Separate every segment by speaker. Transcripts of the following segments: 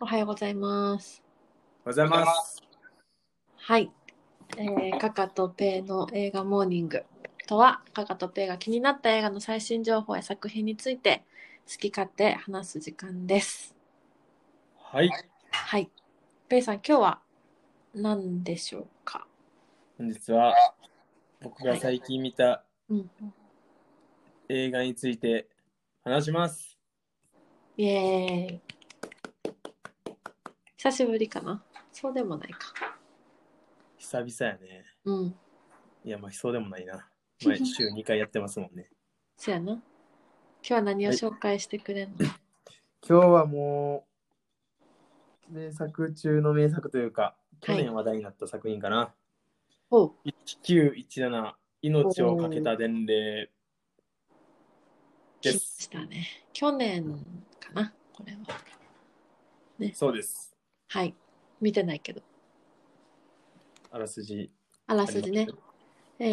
Speaker 1: おはようございます。
Speaker 2: おはようございます。
Speaker 1: はい。えー、カカとペイの映画モーニングとは、カカとペイが気になった映画の最新情報や作品について、好き勝手話す時間です。
Speaker 2: はい。
Speaker 1: はい。ペイさん、今日は何でしょうか
Speaker 2: 本日は僕が最近見た
Speaker 1: うん。
Speaker 2: 映画について話します。
Speaker 1: イエーイ。久しぶりかなそうでもないか。
Speaker 2: 久々やね。
Speaker 1: うん。
Speaker 2: いや、まあ、そうでもないな。毎週2回やってますも んね。
Speaker 1: そうやな。今日は何を紹介してくれるの、
Speaker 2: 今日はもう、名作中の名作というか、去年話題になった作品かな。
Speaker 1: おう
Speaker 2: 1917、命をかけた伝令
Speaker 1: 来
Speaker 2: で。
Speaker 1: ますしたね。去年かな、これは。
Speaker 2: そうです。
Speaker 1: はい。見てないけど。
Speaker 2: あらすじ。
Speaker 1: あらすじね。。え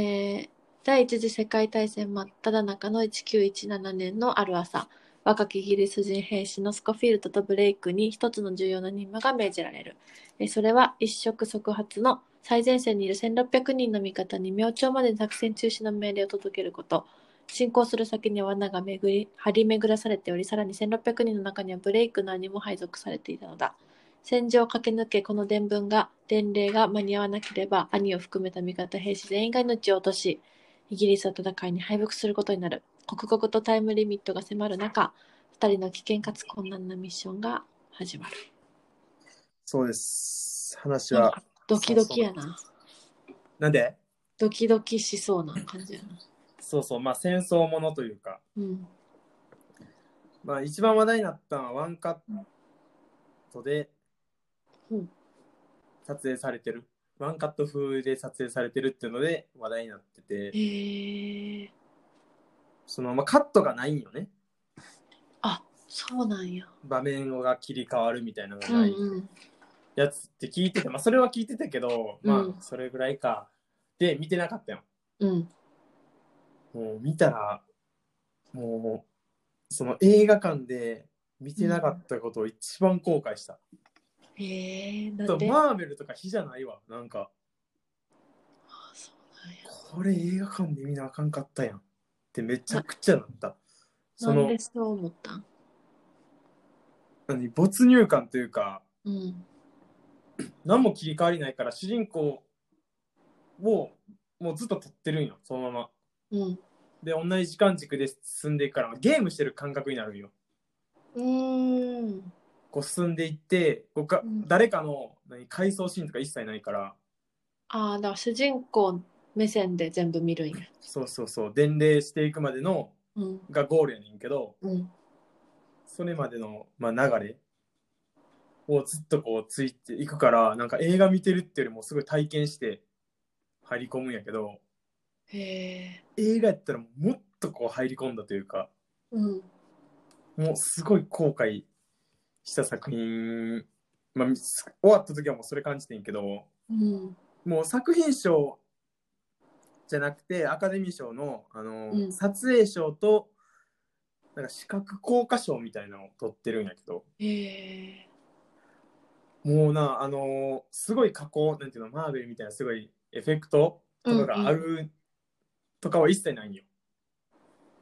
Speaker 1: ー第一次世界大戦真っ只中の1917年のある朝若きイギリス人兵士のスコフィールドとブレイクに一つの重要な任務が命じられる、えーそれは一触即発の最前線にいる1600人の味方に明朝までに作戦中止の命令を届けること進行する先には罠が巡り張り巡らされておりさらに1600人の中にはブレイクの兄も配属されていたのだ戦場を駆け抜けこの伝聞が伝令が間に合わなければ兄を含めた味方兵士全員が命を落としイギリスは戦いに敗北することになる刻々とタイムリミットが迫る中2人の危険かつ困難なミッションが始まる
Speaker 2: そうです。話
Speaker 1: なん
Speaker 2: は
Speaker 1: か、ドキドキやな
Speaker 2: なんで
Speaker 1: ドキドキしそうな感じやな
Speaker 2: そうそう、まあ戦争ものというか、
Speaker 1: うん
Speaker 2: まあ一番話題になったのはワンカットで
Speaker 1: うん
Speaker 2: 撮影されてる、ワンカット風で撮影されてるっていうので話題になって
Speaker 1: へ
Speaker 2: て、
Speaker 1: え
Speaker 2: そのまあカットがないんよね。
Speaker 1: あそうなんや
Speaker 2: 場面が切り替わるみたいなのが
Speaker 1: うん
Speaker 2: ない
Speaker 1: うん
Speaker 2: やつって聞いてて、まあそれは聞いてたけど、ま
Speaker 1: うん
Speaker 2: あそれぐらいか。で、見てなかったよ。
Speaker 1: うん
Speaker 2: もう見たら、もう、その映画館で見てなかったことを一番後悔した。
Speaker 1: へえ
Speaker 2: あ
Speaker 1: なん
Speaker 2: と
Speaker 1: で、
Speaker 2: マーベルとか火じゃないわ。なんか、
Speaker 1: あそうなんや
Speaker 2: これ映画館で見なあかんかったやんってめちゃくちゃなった。そ
Speaker 1: なん
Speaker 2: の
Speaker 1: でそう思ったん
Speaker 2: 何没入感というか
Speaker 1: うん
Speaker 2: 何も切り替わりないから主人公をもうずっと撮ってるんよそのまま。
Speaker 1: うん
Speaker 2: で同じ時間軸で進んでいくからゲームしてる感覚になるんよ。
Speaker 1: うーん
Speaker 2: こう進んでいってこうか、
Speaker 1: うん
Speaker 2: 誰かの何回想シーンとか一切ないから
Speaker 1: ああ、だから主人公目線で全部見るんや。
Speaker 2: そうそうそう伝令していくまでの
Speaker 1: うん。
Speaker 2: がゴールやねんけど
Speaker 1: うん。
Speaker 2: それまでの、まあ、流れをずっとこうついていくからなんか映画見てるっていうよりもすごい体験して入り込むんやけど
Speaker 1: へえ。
Speaker 2: 映画やったらもっとこう入り込んだというか
Speaker 1: うん。
Speaker 2: もうすごい後悔した作品、まあ、み終わった時はもうそれ感じてんけど
Speaker 1: うん。
Speaker 2: もう作品賞じゃなくてアカデミー賞のあの、
Speaker 1: うん
Speaker 2: 撮影賞となんか視覚効果賞みたいなのを取ってるんやけど
Speaker 1: へえ。
Speaker 2: もうな、あのーすごい加工、なんていうの、マーベルみたいなすごいエフェクトとかがあるとかは一切ないんよ。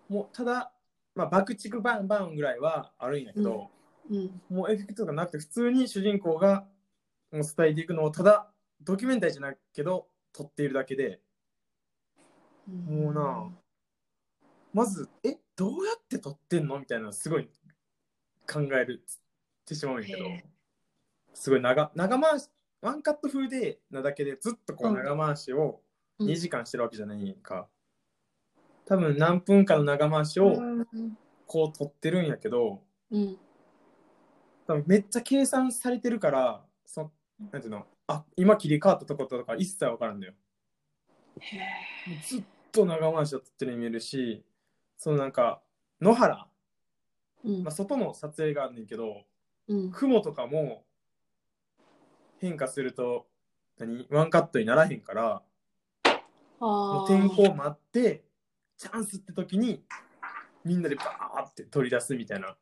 Speaker 2: もうただ、まあ、爆竹バンバンぐらいはあるんやけど、
Speaker 1: うん。
Speaker 2: もうエフェクトがなくて、普通に主人公がもう伝えていくのを、ただ、ドキュメンタリーじゃないけど、撮っているだけで、
Speaker 1: うん。
Speaker 2: もうなまず、え、どうやって撮ってんのみたいなのすごい考えるってしまうんやけど
Speaker 1: へえ、
Speaker 2: すごい長長回し、ワンカット風でなだけで、ずっとこ
Speaker 1: う
Speaker 2: うん長回しを
Speaker 1: うん
Speaker 2: 2時間してるわけじゃないんやんか。多分何分間の長回しを
Speaker 1: うん。
Speaker 2: こう撮ってるんやけど、
Speaker 1: うん。
Speaker 2: 多分めっちゃ計算されてるから、そのなんていうの、あ今切り替わったとこととか一切わからんだよ。
Speaker 1: へえ。
Speaker 2: ずっと長回しを撮ってるように見えるし、そのなんか、野原。
Speaker 1: うん
Speaker 2: まあ、。外の撮影があるねんけど
Speaker 1: うん。
Speaker 2: 雲とかも変化すると何ワンカットにならへんから
Speaker 1: あ
Speaker 2: もう
Speaker 1: あ。
Speaker 2: 天候を待ってチャンスって時にみんなでバーって取り出すみたいな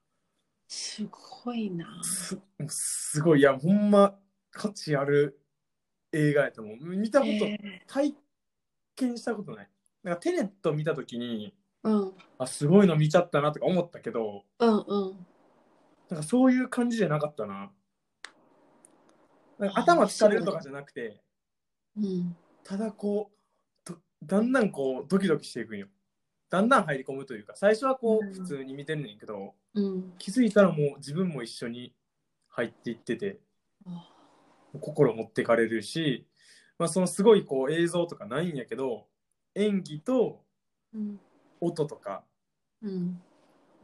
Speaker 1: すごいな。
Speaker 2: すもうすごい、いや、ほんま価値ある映画やと思う。見たこと、
Speaker 1: え
Speaker 2: 体験したことない。なんかテネット見たときに、
Speaker 1: ーうん
Speaker 2: あ、すごいの見ちゃったなとか思ったけど、
Speaker 1: うんうん。
Speaker 2: なんかそういう感じじゃなかったな。なんか頭疲れるとかじゃなくて、
Speaker 1: うん。
Speaker 2: ただこう、どだんだんこう、ドキドキしていくんよ。だんだん入り込むというか、最初はこ
Speaker 1: うん
Speaker 2: う、普通に見てるねんけど、
Speaker 1: うん。
Speaker 2: 気づいたらもう自分も一緒に入っていってて
Speaker 1: あ
Speaker 2: 心持ってかれるし、まあ、そのすごいこう映像とかないんやけど演技と
Speaker 1: うん。
Speaker 2: 音とか
Speaker 1: うん。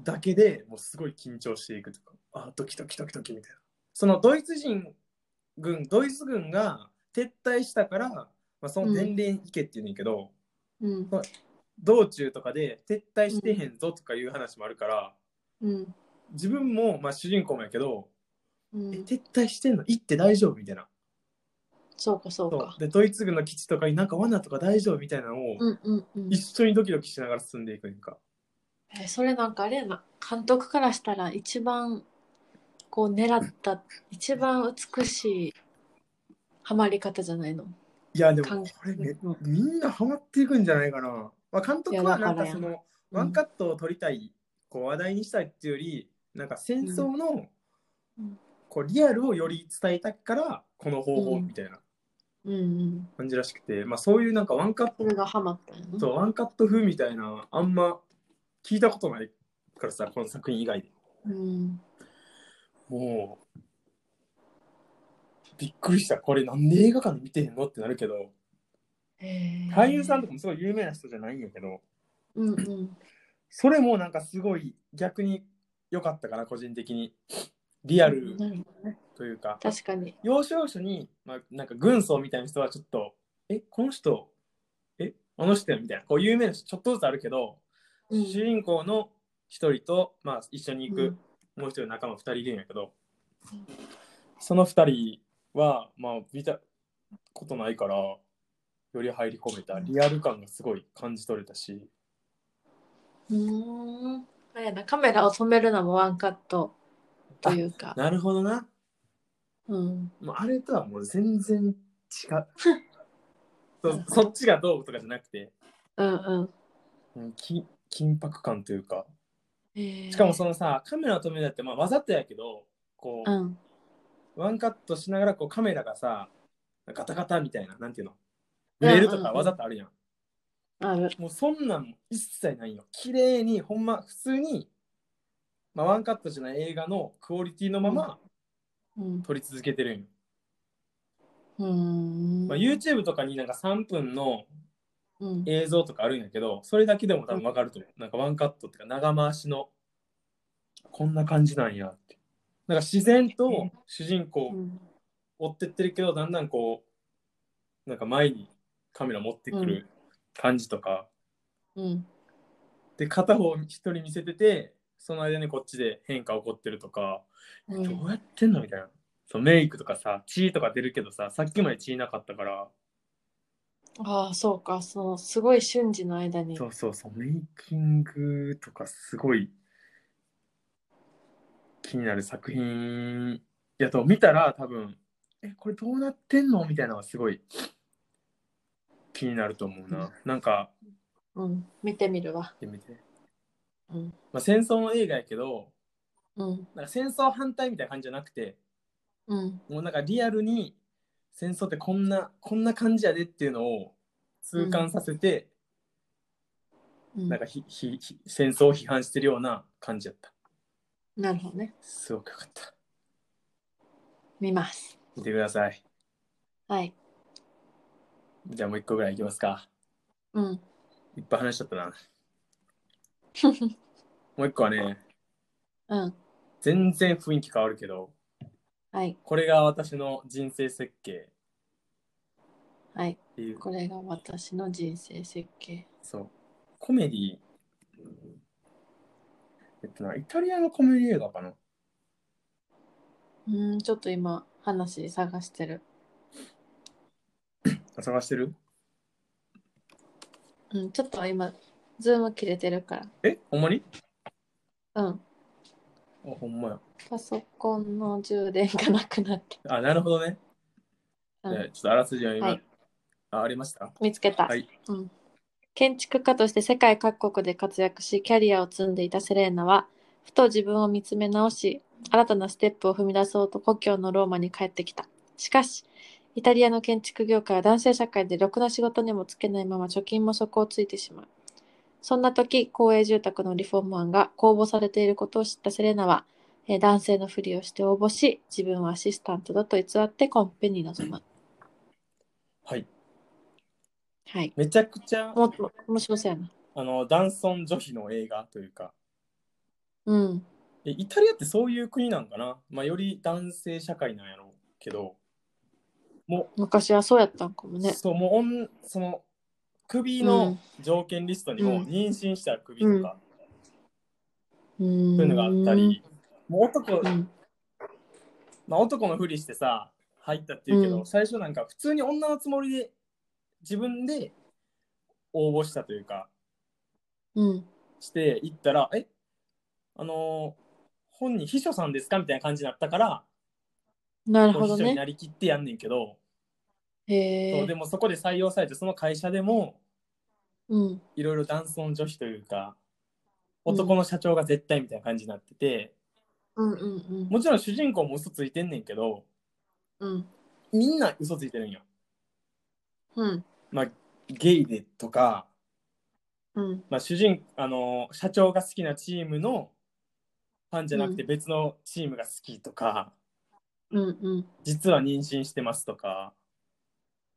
Speaker 2: だけでもうすごい緊張していくとかあドキドキドキドキみたいなそのドイツ人軍ドイツ軍が撤退したから、まあ、その伝令に行けって言うねんけど、
Speaker 1: うん。
Speaker 2: 道中とかで撤退してへんぞとかいう話もあるから、
Speaker 1: うん。
Speaker 2: 自分もまあ主人公もやけど、
Speaker 1: う
Speaker 2: え
Speaker 1: ん。
Speaker 2: 撤退してんの行って大丈夫みたいな
Speaker 1: そうかそう
Speaker 2: そ
Speaker 1: か
Speaker 2: う。でドイツ軍の基地とかになんか罠とか大丈夫みたいなのを
Speaker 1: うんうんうん。
Speaker 2: 一緒にドキドキしながら進んでいくんか、
Speaker 1: えーそれなんかあれやな監督からしたら一番こう狙った一番美しいハマり方じゃないの
Speaker 2: いやでも
Speaker 1: 感
Speaker 2: こ
Speaker 1: じ
Speaker 2: れめ
Speaker 1: うん
Speaker 2: みんなハマっていくんじゃないかな、まあ、監督はなんかそのワンカットを撮りたいこう話題にしたいっていうよりなんか戦争の
Speaker 1: うん
Speaker 2: こうリアルをより伝えたからこの方法みたいな
Speaker 1: うんうん
Speaker 2: 感じらしくて、まあ、そういうなんかワンカッ
Speaker 1: それがハマったんやな
Speaker 2: トワンカット風みたいなあんま聞いたことないからさこの作品以外で。
Speaker 1: うん
Speaker 2: もう、びっくりした。これなんで映画館で見てへんのってなるけど、
Speaker 1: へー
Speaker 2: 俳優さんとかもすごい有名な人じゃないんやけど、
Speaker 1: うんうん
Speaker 2: それもなんかすごい逆に良かったかな、個人的に。リアル
Speaker 1: なるほどね
Speaker 2: というか、
Speaker 1: 確かに
Speaker 2: 要所要所に、まあ、なんか軍曹みたいな人はちょっと、え、この人、え、あの人やみたいな、こう有名な人ちょっとずつあるけど、
Speaker 1: うん
Speaker 2: 主人公の一人と、まあ、一緒に行く、
Speaker 1: うん
Speaker 2: もう一人の仲間二人いるんやけど、
Speaker 1: うん
Speaker 2: その二人は、まあ、見たことないから、より入り込めた、リアル感がすごい感じ取れたし、
Speaker 1: うーんあれやなカメラを止めるのもワンカットというか
Speaker 2: なるほどな。
Speaker 1: うん
Speaker 2: もうあれとはもう全然違う。
Speaker 1: な
Speaker 2: そ
Speaker 1: る
Speaker 2: う
Speaker 1: ほど
Speaker 2: そっちがどうとかじゃなくて、
Speaker 1: うんうん
Speaker 2: うん、き緊迫感というか、
Speaker 1: へー
Speaker 2: しかもそのさ、カメラを止めるだって、まあ、わざとやけど、こう、
Speaker 1: うん
Speaker 2: ワンカットしながらこうカメラがさ、ガタガタみたいな、なんていうの、
Speaker 1: うん
Speaker 2: ブ
Speaker 1: うんうん
Speaker 2: レるとかわざとあるやん。
Speaker 1: ある
Speaker 2: もうそんなん一切ないよ。綺麗に、ほんま、普通に、まあ、ワンカットじゃない映画のクオリティのまま
Speaker 1: うん
Speaker 2: 撮り続けてるんよ。
Speaker 1: うーん
Speaker 2: まあ、YouTube とかになんか3分の
Speaker 1: うん
Speaker 2: 映像とかあるんやけど、それだけでも多分わかると思う。なんかワンカットっていうか長回しの、こんな感じなんやって。なんか自然と主人公
Speaker 1: うん
Speaker 2: 追ってってるけどだんだんこうなんか前にカメラ持ってくる感じとか、
Speaker 1: うん
Speaker 2: で片方一人見せててその間にこっちで変化起こってるとか、
Speaker 1: う
Speaker 2: ど
Speaker 1: ん
Speaker 2: うやってんのみたいなそうメイクとかさ血とか出るけどささっきまで血なかったから、
Speaker 1: ああそうかそのすごい瞬時の間に
Speaker 2: そうそうそうメイキングとかすごい気になる作品やと見たら多分えこれどうなってんのみたいなのがすごい気になると思うな、なんか
Speaker 1: うん、見てみるわ。
Speaker 2: ってみて、
Speaker 1: うん
Speaker 2: まあ、戦争の映画やけど
Speaker 1: うん、
Speaker 2: なんか戦争反対みたいな感じじゃなくて
Speaker 1: うん、
Speaker 2: もうなんかリアルに戦争ってこんなこんな感じやでっていうのを痛感させて、
Speaker 1: うん。
Speaker 2: なんかひひひ戦争を批判してるような感じやった
Speaker 1: なるほどね。
Speaker 2: すごくよかった
Speaker 1: 見ます。
Speaker 2: 見てください
Speaker 1: はい。
Speaker 2: じゃあもう一個ぐらいいきますか
Speaker 1: うん。
Speaker 2: いっぱい話しちゃったなもう一個はね
Speaker 1: うん。
Speaker 2: 全然雰囲気変わるけど
Speaker 1: はい。
Speaker 2: これが私の人生設計
Speaker 1: はい。
Speaker 2: っていう
Speaker 1: これが私の人生設計。
Speaker 2: そう。コメディえっとな、イタリアのコメディ映画かな
Speaker 1: うーん、ちょっと今、話探してる。
Speaker 2: あ探してる
Speaker 1: うん、ちょっと今、ズーム切れてるか
Speaker 2: えほんまに
Speaker 1: ら。うん。
Speaker 2: あほんまや。
Speaker 1: パソコンの充電がなくなって
Speaker 2: あ、なるほどね。
Speaker 1: うん
Speaker 2: じゃあちょっとあらすじは今、
Speaker 1: はい
Speaker 2: あありました
Speaker 1: 見つけた、
Speaker 2: はい
Speaker 1: うん、建築家として世界各国で活躍しキャリアを積んでいたセレーナはふと自分を見つめ直し新たなステップを踏み出そうと故郷のローマに帰ってきたしかしイタリアの建築業界は男性社会でろくな仕事にもつけないまま貯金も底をついてしまうそんな時公営住宅のリフォーム案が公募されていることを知ったセレーナは、えー男性のふりをして応募し自分はアシスタントだと偽ってコンペに臨む
Speaker 2: はい。
Speaker 1: はい
Speaker 2: めちゃくちゃ、
Speaker 1: もっと面白そうやな
Speaker 2: あの、男尊女卑の映画というか、
Speaker 1: うん
Speaker 2: えイタリアってそういう国なんかなまあ、より男性社会なんやろうけど、
Speaker 1: 昔はそうやったんかもね。
Speaker 2: そう、もうおん、その、首の条件リストにも、
Speaker 1: うん
Speaker 2: 妊娠したら首とか、
Speaker 1: そう
Speaker 2: そういうのがあったり、もう男、
Speaker 1: うん
Speaker 2: まあ、男のふりしてさ入ったっていうけど、
Speaker 1: うん
Speaker 2: 最初なんか普通に女のつもりで自分で応募したというか
Speaker 1: うん
Speaker 2: して行ったら「えあのー本人秘書さんですか?」みたいな感じになったから、
Speaker 1: なる
Speaker 2: こう
Speaker 1: ほど
Speaker 2: 秘書にな
Speaker 1: ね。
Speaker 2: りきってやんねんけど、
Speaker 1: へ
Speaker 2: そうで
Speaker 1: え。
Speaker 2: もそこで採用されてその会社でも
Speaker 1: うん
Speaker 2: いろいろ男尊女卑というか男の社長が絶対みたいな感じになってて、
Speaker 1: うんうん
Speaker 2: もちろん主人公も嘘ついてんねんけど
Speaker 1: うん
Speaker 2: みんな嘘ついてるんよ。
Speaker 1: うん
Speaker 2: ゲイでとか
Speaker 1: うん
Speaker 2: まあ、主人あの社長が好きなチームのファンじゃなくて別のチームが好きとか、
Speaker 1: うんうん
Speaker 2: 実は妊娠してますとか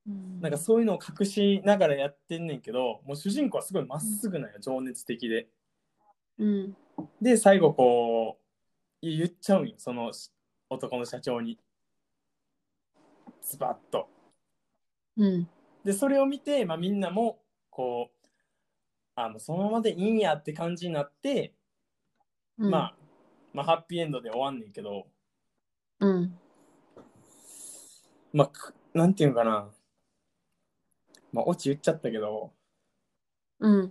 Speaker 1: うん。
Speaker 2: なんかそういうのを隠しながらやってんねんけどもう主人公はすごいまっすぐなんよ情熱的で
Speaker 1: うん
Speaker 2: で最後こう言っちゃうんよその男の社長にズバッと
Speaker 1: うん
Speaker 2: でそれを見て、まあ、みんなもこうあもうそのままでいいんやって感じになって、
Speaker 1: うん。
Speaker 2: まあ、まあハッピーエンドで終わんねんけど、
Speaker 1: うん
Speaker 2: まあく、なんていうんかな。まあ、オチ言っちゃったけど、
Speaker 1: うん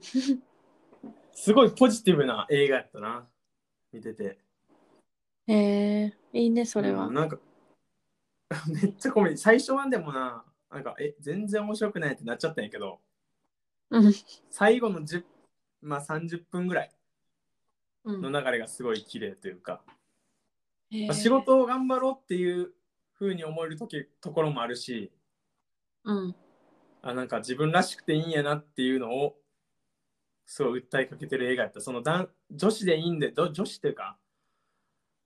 Speaker 2: すごいポジティブな映画やったな。見てて。
Speaker 1: へえ。いいねそれは
Speaker 2: うん。なんか、 めっちゃごめん。最初はでもな、なんか、え、全然面白くないってなっちゃったんやけど、
Speaker 1: うん
Speaker 2: 最後の10、まあ30分ぐらいうの
Speaker 1: ん。
Speaker 2: 流れがすごい綺麗というか、
Speaker 1: へえ
Speaker 2: まあ、仕。事を頑張ろうっていう風に思えるときところもあるし、
Speaker 1: うん
Speaker 2: あなんか自分らしくていいんやなっていうのをすごい訴えかけてる映画やったその男女子でいいんでど女子というか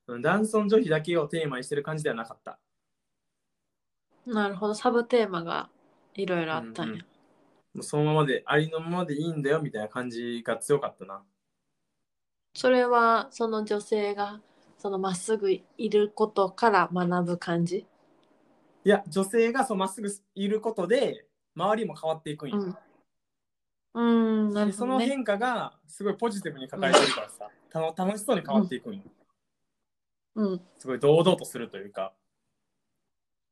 Speaker 2: うん男尊女卑だけをテーマにしてる感じではなかった
Speaker 1: なるほどサブテーマがいろいろあったんや。
Speaker 2: もうそのままでありのままでいいんだよみたいな感じが強かったな
Speaker 1: それはその女性がそのまっすぐいることから学ぶ感じ。
Speaker 2: いや女性がそうまっすぐいることで周りも変わっていくんや、
Speaker 1: うん。うんなる
Speaker 2: で
Speaker 1: ほ
Speaker 2: そ
Speaker 1: ど
Speaker 2: の
Speaker 1: ね。
Speaker 2: 変化がすごいポジティブに抱えてるからさ、たの楽しそうに変わっていくんよ
Speaker 1: うん
Speaker 2: すごい堂々とするというか、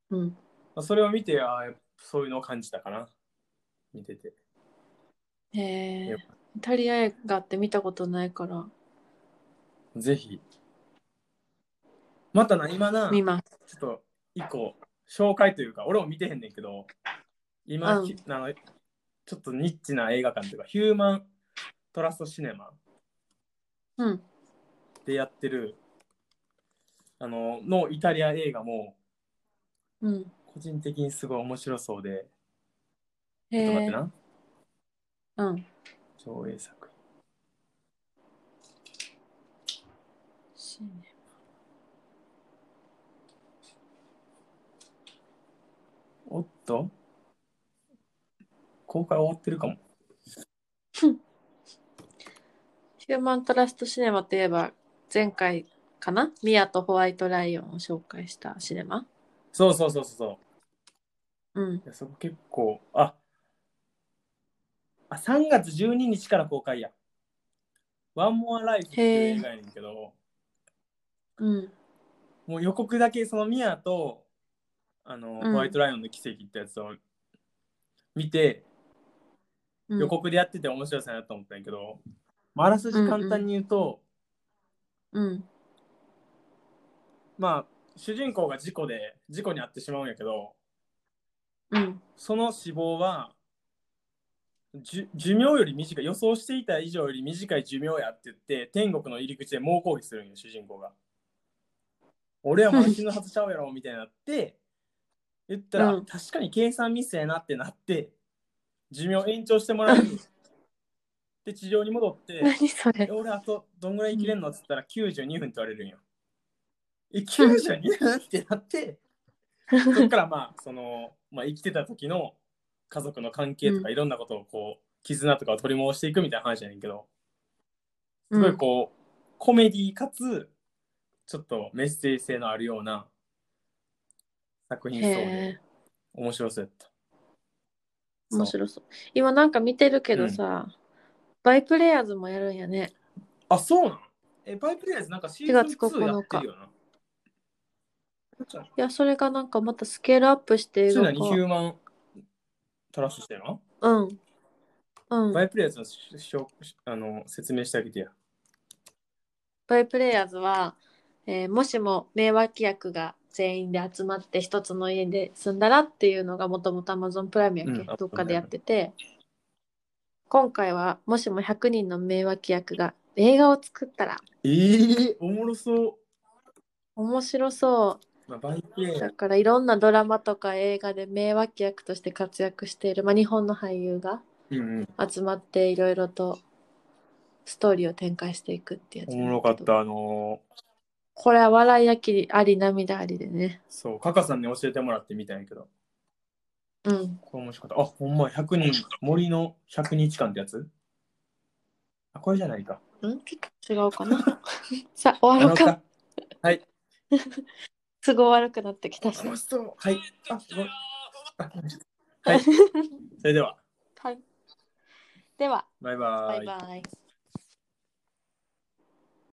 Speaker 1: うん。
Speaker 2: まあ、それを見てあーそういうのを感じたかな見てて
Speaker 1: へ
Speaker 2: や
Speaker 1: え
Speaker 2: っ
Speaker 1: イタリア映画って見たことないから
Speaker 2: ぜひ。またな、今な、ち
Speaker 1: 見
Speaker 2: ょ
Speaker 1: ます。
Speaker 2: っと一個、紹介というか、俺も見てへんねんけど、今、
Speaker 1: うん
Speaker 2: きあのちょっとニッチな映画館というか、ヒューマントラストシネマ
Speaker 1: うん。
Speaker 2: でやってる、あの、のイタリア映画も、
Speaker 1: うん。
Speaker 2: 個人的にすごい面白そうで、ちょっと待
Speaker 1: へ
Speaker 2: って
Speaker 1: え。
Speaker 2: な、
Speaker 1: うん。
Speaker 2: 上映作。
Speaker 1: シネ
Speaker 2: おっと公開終わってるかも。
Speaker 1: ヒューマントラストシネマといえば、前回かなミアとホワイトライオンを紹介したシネマ。
Speaker 2: そうそうそうそうそう。
Speaker 1: うん
Speaker 2: い。やそこ結構、ああ、3月12日から公開や。ワンモアライフっていう映画やねんけど、
Speaker 1: うん。
Speaker 2: もう予告だけそのミアとあの、
Speaker 1: うん
Speaker 2: ホワイトライオンの奇跡ってやつを見て、
Speaker 1: うん
Speaker 2: 予告でやってて面白そうやなと思ったんやけど、まああらすじ簡単に言うと、
Speaker 1: うん。
Speaker 2: まあ主人公が事故で事故に遭ってしまうんやけど
Speaker 1: うん。
Speaker 2: その死亡はじゅ寿命より短い予想していた以上より短い寿命やって言って天国の入り口で猛抗議するんよ主人公が俺はまだ死ぬはずちゃうやろみたいになって言ったら、
Speaker 1: うん
Speaker 2: 確かに計算ミスやなってなって寿命延長してもらうで地上に戻っ て
Speaker 1: 何それ
Speaker 2: え。俺あとどんぐらい生きれんのっつったら92分って言われるんよ。え、92分ってなって、そっからまあ、その、まあ生きてた時の家族の関係と
Speaker 1: う
Speaker 2: かいろんなことをこう、絆とかを取り戻していくみたいな話やねんけど、す
Speaker 1: う
Speaker 2: ごい
Speaker 1: ん
Speaker 2: こう、コメディかつ、ちょっとメッセージ性のあるような作品そう
Speaker 1: へ
Speaker 2: で、面白そうやった。
Speaker 1: ー面
Speaker 2: そう
Speaker 1: 白そう。今なんか見てるけどさ、バイプレイヤーズもやるんやね。
Speaker 2: あ、そうなんえ、バイプレイヤーズなんかシーズン
Speaker 1: 4月9
Speaker 2: 2やってるよな。
Speaker 1: いや、それがなんかまたスケールアップして映
Speaker 2: それ
Speaker 1: 画
Speaker 2: 何ヒュ
Speaker 1: 化。
Speaker 2: ーマントラッシュしてるの、
Speaker 1: うん。うん。
Speaker 2: バイプレイヤーズのししょあの説明してあげてや。
Speaker 1: バイプレイヤーズは、えーもしも名脇役が全員で集まって一つの家で住んだらっていうのがもともと Amazon プライムやっけ、
Speaker 2: うん
Speaker 1: どっかでやってて今回はもしも100人の名脇役が映画を作ったら
Speaker 2: えー、おもろそ。
Speaker 1: 面白そう
Speaker 2: まあ、バイプレイ
Speaker 1: う
Speaker 2: ヤー
Speaker 1: だからいろんなドラマとか映画で名脇役として活躍している、まあ、日本の俳優が
Speaker 2: うんうん。
Speaker 1: 集まっていろいろとストーリーを展開していくっていうやつ
Speaker 2: お
Speaker 1: なんだけど
Speaker 2: もろかった。あの
Speaker 1: これは笑いあきあり涙ありでね
Speaker 2: ーそう、カカさんに教えてもらってみたんやけど、
Speaker 1: うん
Speaker 2: これ面白かった。あ、ほんまや、100人、森の100日間ってやつあ、これじゃないか。
Speaker 1: んちょっと違うかな。 さあ、終わ
Speaker 2: あの
Speaker 1: ろうか。
Speaker 2: か
Speaker 1: すぐ終わるくなってきたし。
Speaker 2: 楽しそう。はい。あ、すごい。あ はい。それでは、
Speaker 1: はい。では、
Speaker 2: バイバ
Speaker 1: バ
Speaker 2: ー
Speaker 1: イバイ。